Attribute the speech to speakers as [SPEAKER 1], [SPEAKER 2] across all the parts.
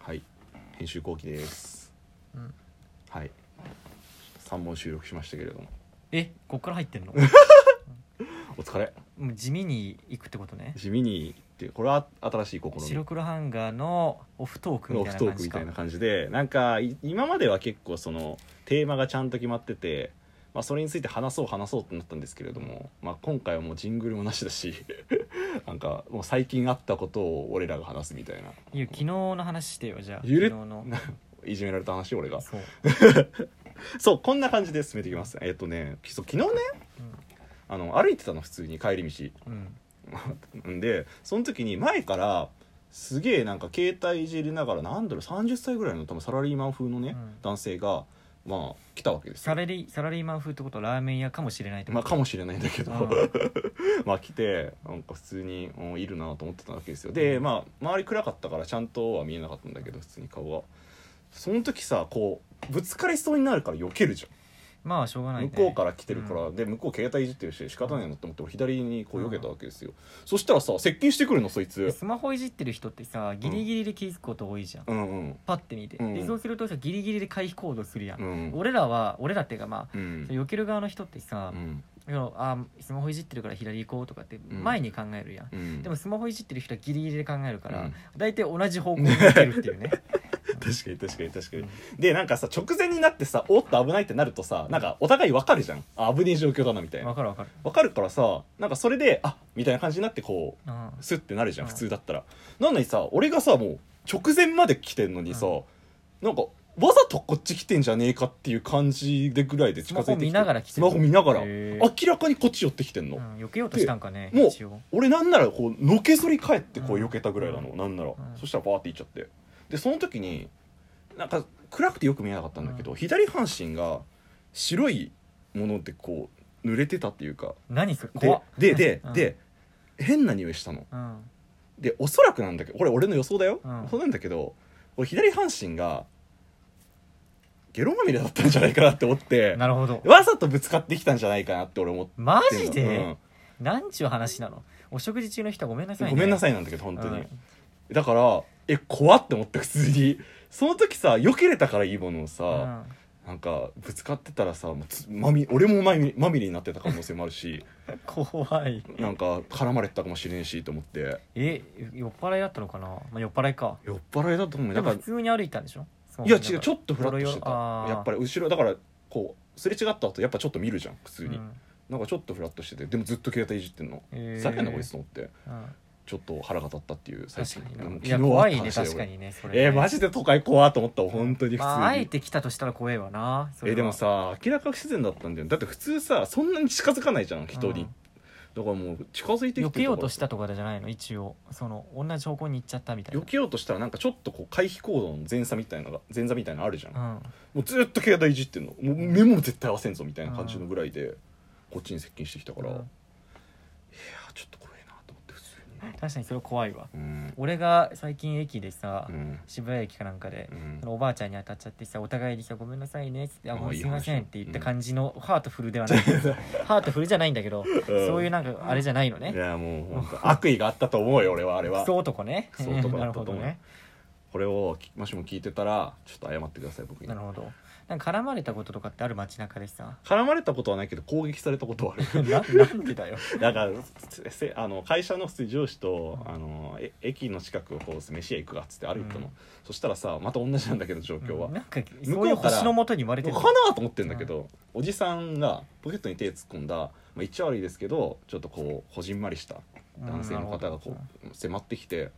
[SPEAKER 1] はい編集後期です
[SPEAKER 2] うん
[SPEAKER 1] はい三本収録しましたけれども
[SPEAKER 2] えこっから入っ てんの
[SPEAKER 1] お疲れ
[SPEAKER 2] もう地味に行くってことね
[SPEAKER 1] 地味にってこれは新しい試み
[SPEAKER 2] 白黒ハンガーのオフトークみ
[SPEAKER 1] オ
[SPEAKER 2] たい
[SPEAKER 1] フト
[SPEAKER 2] な
[SPEAKER 1] ー
[SPEAKER 2] 感
[SPEAKER 1] ク
[SPEAKER 2] じ
[SPEAKER 1] み
[SPEAKER 2] か
[SPEAKER 1] たいな感じでなんかい今までは結構そのテーマがちゃんと決まってて、まあ、それについて話そう話そうってなったんですけれども、まあ、今回はもうジングルもなしだし なんかもう最近あったことを俺らが話すみたいない
[SPEAKER 2] や昨日の話してよじゃあ
[SPEAKER 1] ゆる
[SPEAKER 2] 昨日の
[SPEAKER 1] いじめられた話俺が
[SPEAKER 2] そう、
[SPEAKER 1] そうこんな感じで進めていきますえっとねそう昨日ねあの歩いてたの普通に帰り道
[SPEAKER 2] うんうん、
[SPEAKER 1] んでその時に前からすげえなんか携帯いじりながらなんだろう30歳ぐらいの多分サラリーマン風のね、
[SPEAKER 2] うん
[SPEAKER 1] 男性がまあ来たわけです
[SPEAKER 2] サ
[SPEAKER 1] よ
[SPEAKER 2] ラリーサラリーマン風ってことはラーメン屋かもしれないって
[SPEAKER 1] ま
[SPEAKER 2] こ
[SPEAKER 1] あ
[SPEAKER 2] と
[SPEAKER 1] かもしれないんだけど、
[SPEAKER 2] うん
[SPEAKER 1] まあ来てなんか普通にうんいるなと思ってたわけですよでまあ周り暗かったからちゃんとは見えなかったんだけど普通に顔はその時さこうぶつかりそうになるから避けるじゃん
[SPEAKER 2] まあしょうがない、ね、
[SPEAKER 1] 向こうから来てるから、
[SPEAKER 2] う
[SPEAKER 1] で向こう携帯いじってるし仕方ないなと思って俺左にこう避けたわけですよ、そしたらさ接近してくるのそいつ
[SPEAKER 2] スマホいじってる人ってさギリギリで気づくこと多いじゃん、
[SPEAKER 1] うんうん
[SPEAKER 2] パッて見て、
[SPEAKER 1] うん
[SPEAKER 2] でそうするとさギリギリで回避行動するやん、
[SPEAKER 1] うん
[SPEAKER 2] 俺らは俺らっていうかまあ
[SPEAKER 1] うん
[SPEAKER 2] 避ける側の人って
[SPEAKER 1] う
[SPEAKER 2] さ、
[SPEAKER 1] ん
[SPEAKER 2] いやあスマホいじってるから左行こうとかって
[SPEAKER 1] ん
[SPEAKER 2] 前に考えるやん、
[SPEAKER 1] うん
[SPEAKER 2] でもスマホいじってる人はギリギリで考えるから、
[SPEAKER 1] うん
[SPEAKER 2] 大体同じ方向に行ってるってい うね
[SPEAKER 1] 確かに確かに確かに、
[SPEAKER 2] うん
[SPEAKER 1] でなんかさ直前になってさおっと危ないってなるとさなんかお互い分かるじゃんあ危ねえ状況だなみたい
[SPEAKER 2] わ
[SPEAKER 1] な
[SPEAKER 2] かるわかる
[SPEAKER 1] 分かるからさなんかそれであみたいな感じになってこう
[SPEAKER 2] あ
[SPEAKER 1] スッてなるじゃん
[SPEAKER 2] うん
[SPEAKER 1] 普通だったらなのにさ俺がさもう直前まで来てんのにさ、
[SPEAKER 2] う
[SPEAKER 1] なんかわざとこっち来てんじゃねえかっていう感じでぐらいで近づいてきて
[SPEAKER 2] スマホ見ながら来てる
[SPEAKER 1] スマホ見ながら
[SPEAKER 2] へえ
[SPEAKER 1] 明らかにこっち寄ってきてんの、
[SPEAKER 2] うん、避けようとしたんかね
[SPEAKER 1] もう
[SPEAKER 2] 一応
[SPEAKER 1] 俺なんならこうのけぞり返ってこう避けたぐらいなの、
[SPEAKER 2] う
[SPEAKER 1] なんなら、
[SPEAKER 2] ん
[SPEAKER 1] そしたらバーって行っちゃってでその時になんか暗くてよく見えなかったんだけど、左半身が白いものでこう濡れてたっていうか
[SPEAKER 2] 何それ怖
[SPEAKER 1] でで
[SPEAKER 2] っ
[SPEAKER 1] で、
[SPEAKER 2] うん
[SPEAKER 1] で変な匂いしたの
[SPEAKER 2] うん
[SPEAKER 1] でおそらくなんだけどこれ俺の予想だよ、
[SPEAKER 2] うん
[SPEAKER 1] そうなんだけど俺左半身がゲロまみれだったんじゃないかなって思って
[SPEAKER 2] なるほど
[SPEAKER 1] わざとぶつかってきたんじゃないかなって俺思って
[SPEAKER 2] マ
[SPEAKER 1] んの
[SPEAKER 2] ジで、
[SPEAKER 1] う
[SPEAKER 2] なんちゅう話なのお食事中の人はごめんなさい、
[SPEAKER 1] ん
[SPEAKER 2] ね、
[SPEAKER 1] ごめんなさ
[SPEAKER 2] い
[SPEAKER 1] いなんだけど本当に、だからえ怖って思って普通にその時さ避けれたからいいものをさ、なんかぶつかってたらさもうつまみ俺もまみまみれになってた可能性もあるし
[SPEAKER 2] 怖い
[SPEAKER 1] なんか絡まれてたかもしれんしと思って
[SPEAKER 2] え酔っ払いだったのかな、まあ、酔っ払いか
[SPEAKER 1] 酔っ払いだと思うよだ
[SPEAKER 2] でも
[SPEAKER 1] から
[SPEAKER 2] 普通に歩いたんでしょ
[SPEAKER 1] いや違うちょ
[SPEAKER 2] っ
[SPEAKER 1] っとフラッとしてた
[SPEAKER 2] ほろよあー
[SPEAKER 1] やっぱり後ろだからこうすれ違った後やっぱちょっと見るじゃん普通に、
[SPEAKER 2] うん
[SPEAKER 1] なんかちょっとフラッとしててでもずっと携帯いじってんの
[SPEAKER 2] え
[SPEAKER 1] ふ
[SPEAKER 2] ー
[SPEAKER 1] ざけんなこいつと思って
[SPEAKER 2] うん
[SPEAKER 1] ちょっと腹が立ったっていう最
[SPEAKER 2] 確
[SPEAKER 1] 近
[SPEAKER 2] かに
[SPEAKER 1] でも
[SPEAKER 2] な
[SPEAKER 1] 昨
[SPEAKER 2] い
[SPEAKER 1] 日あ
[SPEAKER 2] や
[SPEAKER 1] った
[SPEAKER 2] 怖いね
[SPEAKER 1] 話だよ
[SPEAKER 2] 確かにねそれね
[SPEAKER 1] えー、マジで都会怖っと思った本当に普通に、
[SPEAKER 2] まあ、あえて来たとしたら怖えわなそれ
[SPEAKER 1] え
[SPEAKER 2] は
[SPEAKER 1] でもさ明らか不自然だったんだよだって普通さそんなに近づかないじゃん人に、
[SPEAKER 2] うん
[SPEAKER 1] だからもう近づいてきて
[SPEAKER 2] 避けようとしたたとかじゃないの一応その同じ方向に行っちゃったみたい
[SPEAKER 1] 避
[SPEAKER 2] な
[SPEAKER 1] けようとしたらなんかちょっとこう回避行動の前座みたいなのが前座みたいなのあるじゃん、
[SPEAKER 2] う
[SPEAKER 1] も
[SPEAKER 2] ん
[SPEAKER 1] うずっと携帯いじってんのもう目も絶対合わせんぞみたいな感じのぐらいで、こっちに接近してきたから、
[SPEAKER 2] う
[SPEAKER 1] いや
[SPEAKER 2] ん
[SPEAKER 1] ーちょっと怖いなと思って普通
[SPEAKER 2] 確かにそれ怖いわ
[SPEAKER 1] にうん
[SPEAKER 2] 俺が最近駅でさ、
[SPEAKER 1] うん
[SPEAKER 2] 渋谷駅かなんかで、
[SPEAKER 1] うん
[SPEAKER 2] そのおばあちゃんに当たっちゃってさお互いにさ「ごめんなさいね」っつって「あ
[SPEAKER 1] あ
[SPEAKER 2] ごめん
[SPEAKER 1] いい
[SPEAKER 2] すいません」
[SPEAKER 1] 話
[SPEAKER 2] って言った感じの、ハートフルではない ハートフルじゃないんだけど、そういうなんかあれじゃないの
[SPEAKER 1] い
[SPEAKER 2] ね
[SPEAKER 1] やもう本当悪意があったと思うよ俺はあれは
[SPEAKER 2] クソ男ね
[SPEAKER 1] クソ男
[SPEAKER 2] な
[SPEAKER 1] だ
[SPEAKER 2] る
[SPEAKER 1] ったと
[SPEAKER 2] ほ
[SPEAKER 1] 思
[SPEAKER 2] ど
[SPEAKER 1] う
[SPEAKER 2] ね
[SPEAKER 1] これをきもしも聞いてたらちょっと謝ってください僕に
[SPEAKER 2] なるほどなんか絡まれたこととかってある街中でさ
[SPEAKER 1] 絡まれたことはないけど攻撃されたことはある
[SPEAKER 2] ななんでだよ
[SPEAKER 1] だからせせあの会社の普通に上司とあのえ駅の近くをこう飯屋行くかっつって歩いたの、
[SPEAKER 2] うん
[SPEAKER 1] そしたらさまた同じなんだけど状況は、
[SPEAKER 2] うんなんか
[SPEAKER 1] 向
[SPEAKER 2] そ
[SPEAKER 1] こ
[SPEAKER 2] ういう
[SPEAKER 1] うから
[SPEAKER 2] 星のもとに生まれて
[SPEAKER 1] か
[SPEAKER 2] る
[SPEAKER 1] なと思ってんだけど、おじさんがポケットに手突っ込んだ、まあ、一応悪いですけどちょっとこうこじんまりした男性の方がこう迫ってきて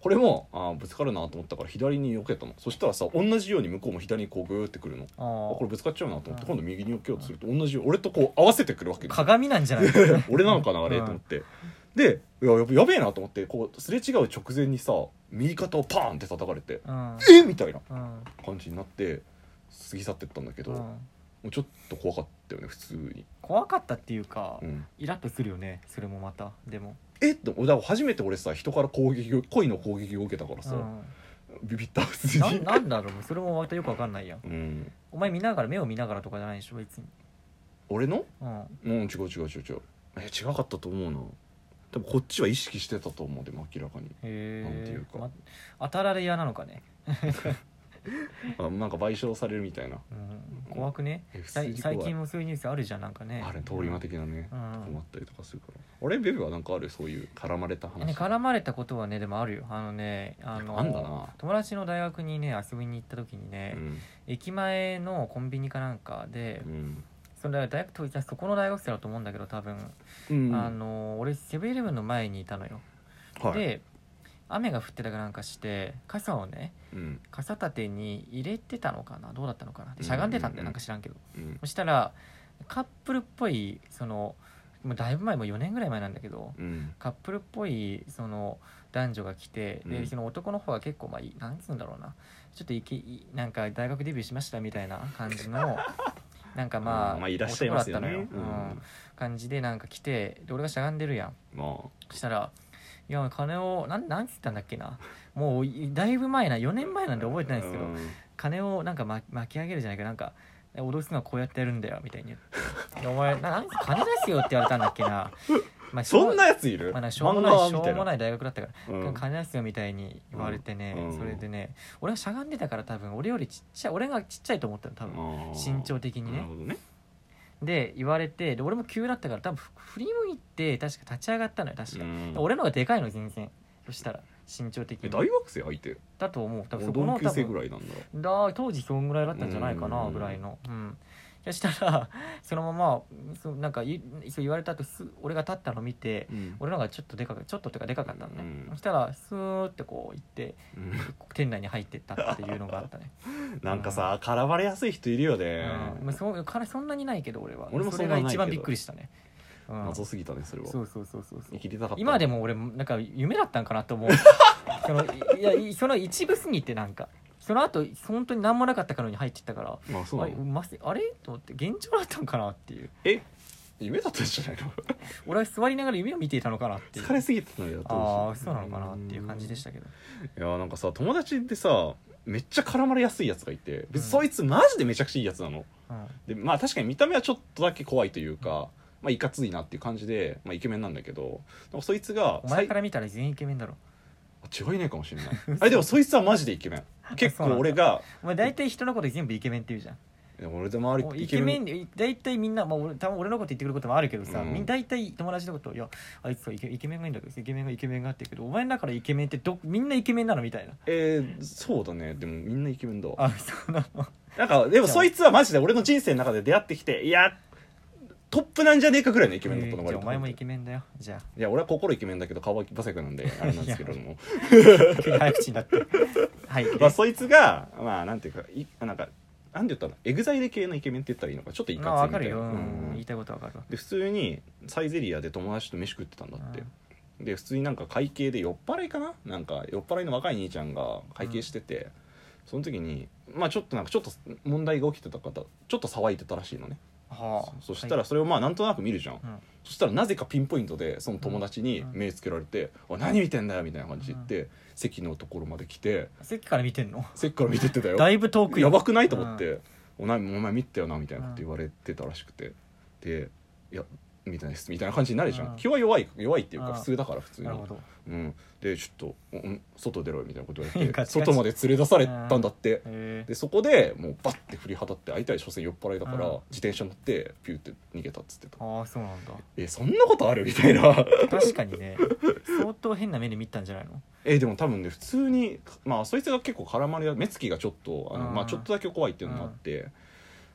[SPEAKER 1] これもあーぶつかるなと思ったから左に避けたのそしたらさ同じように向こうも左にこうグーってくるの
[SPEAKER 2] あ
[SPEAKER 1] あこ
[SPEAKER 2] ー
[SPEAKER 1] れぶつかっちゃうなと思って
[SPEAKER 2] うん
[SPEAKER 1] 今度右に避けようとすると同じよう俺とこう合わせてくるわけよ
[SPEAKER 2] 鏡なんじゃない
[SPEAKER 1] 俺なのかなあれ、
[SPEAKER 2] うん
[SPEAKER 1] と思ってでいややべやべえなと思ってこうすれ違う直前にさ右肩をパーンって叩かれて
[SPEAKER 2] うん
[SPEAKER 1] えみたいな
[SPEAKER 2] うん
[SPEAKER 1] 感じになって過ぎ去ってったんだけど、
[SPEAKER 2] う
[SPEAKER 1] も
[SPEAKER 2] ん
[SPEAKER 1] うちょっと怖かったよね普通に、
[SPEAKER 2] 怖かったっていうか
[SPEAKER 1] うん、
[SPEAKER 2] イラッとするよねそれもまたでも
[SPEAKER 1] えっとだから初めて俺さ人から攻撃を恋の攻撃を受けたからさ、
[SPEAKER 2] うん
[SPEAKER 1] ビビった普通
[SPEAKER 2] な
[SPEAKER 1] に
[SPEAKER 2] なんだろうそれもまたよくわかんないやん
[SPEAKER 1] うん
[SPEAKER 2] お前見ながら目を見ながらとかじゃないでしょ別に
[SPEAKER 1] 俺の
[SPEAKER 2] うん
[SPEAKER 1] うん違う違う違う違うえ違かったと思うな多分こっちは意識してたと思うでも明らかに
[SPEAKER 2] へえ
[SPEAKER 1] なんていうか
[SPEAKER 2] ま当たられ屋なのかね
[SPEAKER 1] あなんか賠償されるみたいな、
[SPEAKER 2] うん怖くね
[SPEAKER 1] え普
[SPEAKER 2] さ
[SPEAKER 1] 通
[SPEAKER 2] い
[SPEAKER 1] に怖い
[SPEAKER 2] 最近もそういうニュースあるじゃんなんかね
[SPEAKER 1] あれ通り魔的なね、
[SPEAKER 2] うん
[SPEAKER 1] とこもあったりとかするからあれベベはなんかあるそういう絡まれた話
[SPEAKER 2] ね、絡まれたことはねでもあるよあのねあの
[SPEAKER 1] あんだな
[SPEAKER 2] 友達の大学にね遊びに行った時にね、
[SPEAKER 1] うん
[SPEAKER 2] 駅前のコンビニかなんかで、
[SPEAKER 1] うん
[SPEAKER 2] その大学当時そこの大学生だと思うんだけど多分、
[SPEAKER 1] うん
[SPEAKER 2] あの俺セブンイレブンの前にいたのよ、
[SPEAKER 1] はい、
[SPEAKER 2] で雨が降ってたかなんかして傘をね
[SPEAKER 1] うん
[SPEAKER 2] 傘立てに入れてたのかなどうだったのかなでしゃがんでたんだ
[SPEAKER 1] うんうんう
[SPEAKER 2] よ
[SPEAKER 1] ん
[SPEAKER 2] なんか知らんけど、
[SPEAKER 1] うん
[SPEAKER 2] そしたらカップルっぽいそのもうだいぶ前もう4年ぐらい前なんだけど、
[SPEAKER 1] うん
[SPEAKER 2] カップルっぽいその男女が来て、
[SPEAKER 1] うん
[SPEAKER 2] でその男の方は結構まあいなんつうんだろうなちょっといきいなんか大学デビューしましたみたいな感 じのなんかまあ,、
[SPEAKER 1] うんまあいらっしゃいますよね
[SPEAKER 2] 男だったのよ、うん
[SPEAKER 1] うん
[SPEAKER 2] 感じでなんか来てで俺がしゃがんでるやん
[SPEAKER 1] ま
[SPEAKER 2] そしたら「いや金をなんなんつったんだっけなもういだいぶ前な4年前なんで覚えて
[SPEAKER 1] あ
[SPEAKER 2] ないんですけど、金をなんかま巻き上げるじゃないかなんか脅すのはこうやってやるんだよみたいに言ってお前ななん金ですよって言われたんだっけな、 まあしょう
[SPEAKER 1] そんなやついる、
[SPEAKER 2] まあ、なんかしょうもない
[SPEAKER 1] 漫
[SPEAKER 2] し
[SPEAKER 1] 画
[SPEAKER 2] ょ
[SPEAKER 1] みたい
[SPEAKER 2] う
[SPEAKER 1] な
[SPEAKER 2] もない大学だったから、
[SPEAKER 1] うん
[SPEAKER 2] 金ですよみたいに言われてね、
[SPEAKER 1] うん
[SPEAKER 2] それでね俺はしゃがんでたから多分俺よりちっちゃい俺がちっちゃいと思ったの多分
[SPEAKER 1] あー
[SPEAKER 2] 身長的に
[SPEAKER 1] なる
[SPEAKER 2] ね
[SPEAKER 1] ほどね
[SPEAKER 2] で言われてで俺も急だったから多分ふ振り向いて確か立ち上がったのよ確か、
[SPEAKER 1] うん
[SPEAKER 2] 俺の方がでかいの全然そしたら身長的
[SPEAKER 1] え
[SPEAKER 2] に
[SPEAKER 1] 大学生相手
[SPEAKER 2] だと思う多分そこ
[SPEAKER 1] 同
[SPEAKER 2] の
[SPEAKER 1] 級
[SPEAKER 2] 多
[SPEAKER 1] 生ぐ
[SPEAKER 2] 分
[SPEAKER 1] らいなんだ
[SPEAKER 2] だ当時そんぐらいだったんじゃないか
[SPEAKER 1] う
[SPEAKER 2] なんぐらいのうんそしたらそのままそなんかいそう言われた後す俺が立ったの見て、
[SPEAKER 1] うん
[SPEAKER 2] 俺のがちょっとでかくちょっととかでかかったのね、
[SPEAKER 1] うん
[SPEAKER 2] そしたらスーってこう行って
[SPEAKER 1] うん
[SPEAKER 2] 店内に入ってったっていうのがあったね、
[SPEAKER 1] なんかさ絡まれやすい人いるよね、
[SPEAKER 2] うんまあ、そうからそんなにないけど俺は
[SPEAKER 1] 俺もそ
[SPEAKER 2] そ
[SPEAKER 1] ん
[SPEAKER 2] れ
[SPEAKER 1] なな
[SPEAKER 2] が
[SPEAKER 1] いけど
[SPEAKER 2] 一番びっくりしたね、うん、
[SPEAKER 1] 謎すぎたねそれは
[SPEAKER 2] そうそうそうそうそ
[SPEAKER 1] 生
[SPEAKER 2] う
[SPEAKER 1] きりたかった
[SPEAKER 2] 今で
[SPEAKER 1] も
[SPEAKER 2] も俺なんか夢だったんかな と思うそのいやいその一部過ぎてなんかその後本当に何もなかったかのように入ってったから
[SPEAKER 1] あそう
[SPEAKER 2] あ
[SPEAKER 1] な
[SPEAKER 2] れ
[SPEAKER 1] の
[SPEAKER 2] まさあれと思って現状だったんかなっていう
[SPEAKER 1] え夢だったんじゃないの
[SPEAKER 2] 俺は座りながら夢を見ていたのかなっていう
[SPEAKER 1] 疲れすぎてたのよ
[SPEAKER 2] ああそうなのかなっていう感じでしたたけど
[SPEAKER 1] いやなんかさ友達でさめっちゃ絡まれやすいやつがいて別に
[SPEAKER 2] うん
[SPEAKER 1] そいつマジでめちゃくちゃいいやつなの
[SPEAKER 2] うん
[SPEAKER 1] でまあ確かに見た目はちょっとだけ怖いというか、まあ、いかついなっていう感じで、まあ、イケメンなんだけどなんかそいつが
[SPEAKER 2] お前
[SPEAKER 1] 最
[SPEAKER 2] から見たら全員イケメンだろ
[SPEAKER 1] あ違いねえかもしれないあれでもそいつはマジでイケメン結構俺が
[SPEAKER 2] お前大体人のこと全部イケメンって言うじゃん
[SPEAKER 1] いや俺で周
[SPEAKER 2] もう
[SPEAKER 1] り
[SPEAKER 2] イケメン大体みんな、まあ、俺多分俺のこと言ってくることもあるけどさ、
[SPEAKER 1] うん
[SPEAKER 2] みんな大体友達のこと「いやあいつはイケイケメンがいいんだけどイケメンがイケメンが」って言うけどお前の中のイケメンってどみんなイケメンなのみたいな
[SPEAKER 1] えー、そうだねでもみんなイケメンだわ
[SPEAKER 2] あそうなの
[SPEAKER 1] なんかでもそいつはマジで俺の人生の中で出会ってきていやトップなんじゃねえかぐらいのイケメンだったの
[SPEAKER 2] えー
[SPEAKER 1] 割
[SPEAKER 2] じゃあお
[SPEAKER 1] と
[SPEAKER 2] 前もイケメンだよじゃ
[SPEAKER 1] いや俺は心イケメンだけど顔はバサク なんであれなんですけれども
[SPEAKER 2] あ早口に なってはいで
[SPEAKER 1] まあ、そいつがまあなんていうかいなんかなんて言ったのエグザイル系のイケメンって言ったらいいのかちょっといかつい
[SPEAKER 2] まあ
[SPEAKER 1] み
[SPEAKER 2] 分
[SPEAKER 1] た
[SPEAKER 2] か
[SPEAKER 1] い
[SPEAKER 2] る
[SPEAKER 1] な、
[SPEAKER 2] よ、
[SPEAKER 1] う
[SPEAKER 2] うんん
[SPEAKER 1] うん
[SPEAKER 2] 言いたいことは分かるわ
[SPEAKER 1] で普通にサイゼリアで友達と飯食ってたんだってで普通になんか会計で酔っ払いかななんか酔っ払いの若い兄ちゃんが会計してて、その時にまあちょっとなんかちょっと問題が起きてた方ちょっと騒いでたらしいのね
[SPEAKER 2] はあ
[SPEAKER 1] そしたらそれをまあなんとなく見るじゃん、
[SPEAKER 2] うん
[SPEAKER 1] そしたらなぜかピンポイントでその友達に
[SPEAKER 2] うん
[SPEAKER 1] 目つけられて「おい何見てんだよ」みたいな感じで言って、席のところまで来て
[SPEAKER 2] さっきから見てんの
[SPEAKER 1] 席から見てってたよ
[SPEAKER 2] だいぶ遠くよ
[SPEAKER 1] やばくないと思って「お前お前見てたよな」みたいなこと言われてたらしくてで「いやみたいです」みたいな感じになるじゃ
[SPEAKER 2] うんん
[SPEAKER 1] 気は弱い弱いっていうか
[SPEAKER 2] うん
[SPEAKER 1] 普通だから普通に
[SPEAKER 2] なるほど
[SPEAKER 1] うん、でちょっとおん「外出ろよ」みたいなこと言わ
[SPEAKER 2] ガ
[SPEAKER 1] れ
[SPEAKER 2] チ
[SPEAKER 1] て
[SPEAKER 2] ガチ
[SPEAKER 1] 外まで連れ出されたんだって
[SPEAKER 2] へえ
[SPEAKER 1] でそこでもうバッて振りはたって相手は所詮酔っ払いだから
[SPEAKER 2] うん
[SPEAKER 1] 自転車乗ってピューって逃げたっつってた
[SPEAKER 2] ああそうなんだ
[SPEAKER 1] えそんなことあるみたいな
[SPEAKER 2] 確かにね相当変な目で見たんじゃないの
[SPEAKER 1] えでも多分ね普通にまあそいつが結構絡まれや目つきがちょっとあの、
[SPEAKER 2] うん
[SPEAKER 1] まあ、ちょっとだけ怖いっていうのもあって、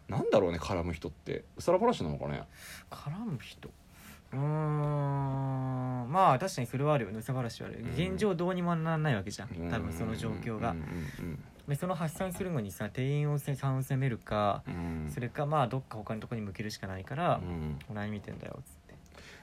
[SPEAKER 1] なんだろうね絡む人ってうさらばらしなのかね
[SPEAKER 2] 絡む人うーんまあ確かにそれはあるよね憂さ晴らしはある、
[SPEAKER 1] うん
[SPEAKER 2] 現状どうにもならないわけじゃん
[SPEAKER 1] うん
[SPEAKER 2] 多分その状況が、
[SPEAKER 1] うんうん
[SPEAKER 2] でその発散するのにさ店員をさ勘を攻めるか、
[SPEAKER 1] うんうん
[SPEAKER 2] それかまあどっか他のとこに向けるしかないから
[SPEAKER 1] う、ん
[SPEAKER 2] 何見てんだよっつって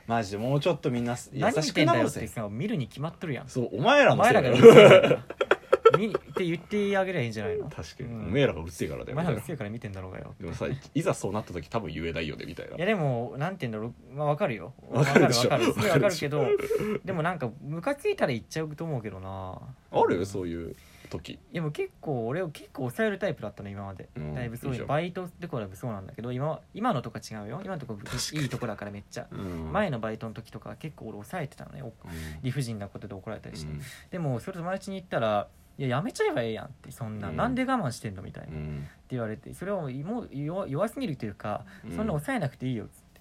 [SPEAKER 1] マジでもうちょっとみんな優
[SPEAKER 2] 何見
[SPEAKER 1] してく
[SPEAKER 2] ん
[SPEAKER 1] な
[SPEAKER 2] だ
[SPEAKER 1] ろ
[SPEAKER 2] よ
[SPEAKER 1] う
[SPEAKER 2] っ
[SPEAKER 1] ぜ
[SPEAKER 2] てさ見るに決まっとるやん
[SPEAKER 1] そうお前ら
[SPEAKER 2] お
[SPEAKER 1] の
[SPEAKER 2] 前
[SPEAKER 1] せい
[SPEAKER 2] ら
[SPEAKER 1] だ
[SPEAKER 2] が
[SPEAKER 1] よ
[SPEAKER 2] 見てんだから見 って言ってあげりゃいいんじゃない の
[SPEAKER 1] 確かに、
[SPEAKER 2] うん
[SPEAKER 1] お前らがうるせえからだ
[SPEAKER 2] お
[SPEAKER 1] よ
[SPEAKER 2] 前らが
[SPEAKER 1] みたい
[SPEAKER 2] 強いから見てんだろうがよ
[SPEAKER 1] なでもさいざそうなった時多分言えないよねみたいない
[SPEAKER 2] やでもなんて言うんだろう、まあ、分かるよ
[SPEAKER 1] わかるでしょ
[SPEAKER 2] 分かる分かるすごい
[SPEAKER 1] わかるで
[SPEAKER 2] 分かる
[SPEAKER 1] し
[SPEAKER 2] け
[SPEAKER 1] ょ
[SPEAKER 2] どでもなんかムカついたら言っちゃうと思うけどな
[SPEAKER 1] あるよそう
[SPEAKER 2] いう
[SPEAKER 1] いう時
[SPEAKER 2] でも結構俺を結構抑えるタイプだったの今まで、
[SPEAKER 1] うん
[SPEAKER 2] だいぶそ
[SPEAKER 1] い
[SPEAKER 2] う
[SPEAKER 1] い
[SPEAKER 2] い
[SPEAKER 1] じゃ
[SPEAKER 2] うんバイトとかでもそうなんだけど今は今のとか違うよ今のとこいいとこだからめっちゃ、
[SPEAKER 1] うん
[SPEAKER 2] 前のバイトの時とかは結構俺抑えてたのねお
[SPEAKER 1] うん
[SPEAKER 2] 理不尽なことで怒られたりして、
[SPEAKER 1] うん
[SPEAKER 2] でもそれ友達に言ったらいややめちゃえばええやんってそんな、
[SPEAKER 1] うん
[SPEAKER 2] なんで我慢してんのみたい
[SPEAKER 1] う
[SPEAKER 2] な、って
[SPEAKER 1] ん
[SPEAKER 2] 言われてそれをもう弱弱すぎるというか
[SPEAKER 1] うん
[SPEAKER 2] そんな抑えなくていいよっつって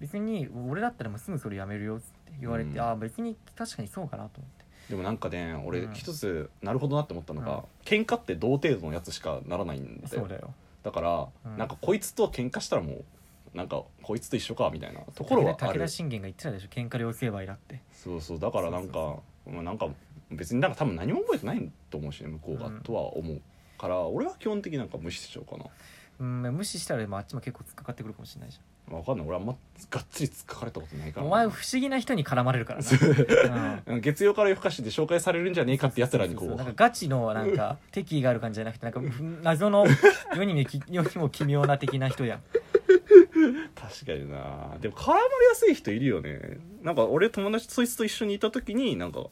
[SPEAKER 2] 別に俺だったらもうすぐそれやめるよっつって言われて、
[SPEAKER 1] うん
[SPEAKER 2] ああ別に確かにそうかなと思って
[SPEAKER 1] でもなんかね
[SPEAKER 2] う
[SPEAKER 1] 俺
[SPEAKER 2] ん
[SPEAKER 1] 一つなるほどなって思ったの
[SPEAKER 2] うん
[SPEAKER 1] が、喧嘩って同程度のやつしかならないんで
[SPEAKER 2] そうだよ
[SPEAKER 1] だから、
[SPEAKER 2] うん
[SPEAKER 1] なんかこいつと喧嘩したらもうなんかこいつと一緒かみたいなところはあ
[SPEAKER 2] 武
[SPEAKER 1] る
[SPEAKER 2] 田信玄が言ってたでしょ喧嘩両成敗 だって
[SPEAKER 1] そうそうだからなん
[SPEAKER 2] そ
[SPEAKER 1] か
[SPEAKER 2] う
[SPEAKER 1] まあなんか別になんか多分何も覚えてないと思うしね向こうが、
[SPEAKER 2] うん
[SPEAKER 1] とは思うから俺は基本的になんか無視しちゃうかな、
[SPEAKER 2] うん無視したらでもあっちも結構突っかかってくるかもしれないじ
[SPEAKER 1] まあ、分かんない俺あんまがっつり突っかかれたことない
[SPEAKER 2] ゃ
[SPEAKER 1] か
[SPEAKER 2] ん
[SPEAKER 1] ら
[SPEAKER 2] お前
[SPEAKER 1] な
[SPEAKER 2] 不思議な人に絡まれるから な、うん、
[SPEAKER 1] 月曜から夜更かしで紹介されるんじゃねえかってやつらにこ
[SPEAKER 2] そううそうなんかガチのなんか敵意がある感じじゃなくてなんか謎の世にも奇世にも奇妙な的な人やん
[SPEAKER 1] 確かになでも絡まれやすい人いるよねなんか俺友達そいつと一緒にいた時になんか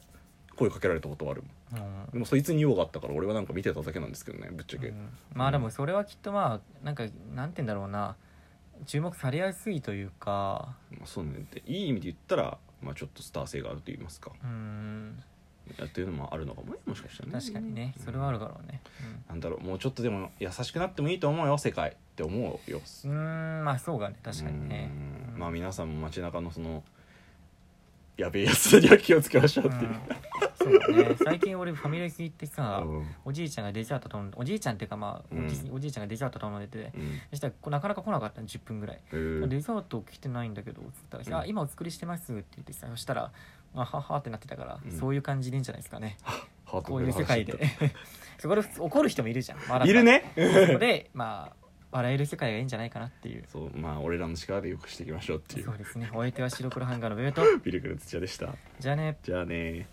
[SPEAKER 1] 声かけられたことはあるもん
[SPEAKER 2] うん
[SPEAKER 1] でもそいつに用があったから俺はなんか見てただけなんですけどねぶっちゃけ、
[SPEAKER 2] うんまあでもそれはきっとまあなんかなんて言うんだろうな注目されやすいというか
[SPEAKER 1] まあ、そうねでいい意味で言ったら、まあ、ちょっとスター性があると言いますか
[SPEAKER 2] うん
[SPEAKER 1] やっていうのもあるのかもねもしかしたらね
[SPEAKER 2] 確かにねそれはあるだろうね
[SPEAKER 1] なんだろうもうちょっとでも優しくなってもいいと思うよ世界って思うよ
[SPEAKER 2] うんうんまあそうがね確かにね
[SPEAKER 1] う
[SPEAKER 2] うんん
[SPEAKER 1] まあ皆さんも街中のそのやべえやつらには気をつけましょうっていう、
[SPEAKER 2] うんそうだね最近俺ファミレス行ってさ、
[SPEAKER 1] うん
[SPEAKER 2] おじいちゃんがデザート頼んでおじいちゃんっていうかまあ、
[SPEAKER 1] うん
[SPEAKER 2] おじおじいちゃんがデザート頼んでて
[SPEAKER 1] うん
[SPEAKER 2] そしたらこうなかなか来なかったの10分ぐらい、
[SPEAKER 1] へー
[SPEAKER 2] デザート来てないんだけどっつったら、
[SPEAKER 1] うん
[SPEAKER 2] あ今お作りしてますって言ってさそしたらあははってなってたから、
[SPEAKER 1] うん
[SPEAKER 2] そういう感じでいいんじゃないですかね
[SPEAKER 1] ハート
[SPEAKER 2] こ
[SPEAKER 1] フ
[SPEAKER 2] う
[SPEAKER 1] ル
[SPEAKER 2] いう
[SPEAKER 1] な話
[SPEAKER 2] 世界で そこで普通怒る人もいるじゃん、まあ
[SPEAKER 1] いるね
[SPEAKER 2] だからそこでまあ笑える世界がいいんじゃないかなっていう
[SPEAKER 1] そうまあ俺らの力でよくしていきましょうっていう
[SPEAKER 2] そうですねお相手は白黒ハンガーのベルト
[SPEAKER 1] ビルクル土屋でした
[SPEAKER 2] じゃあね
[SPEAKER 1] じゃあね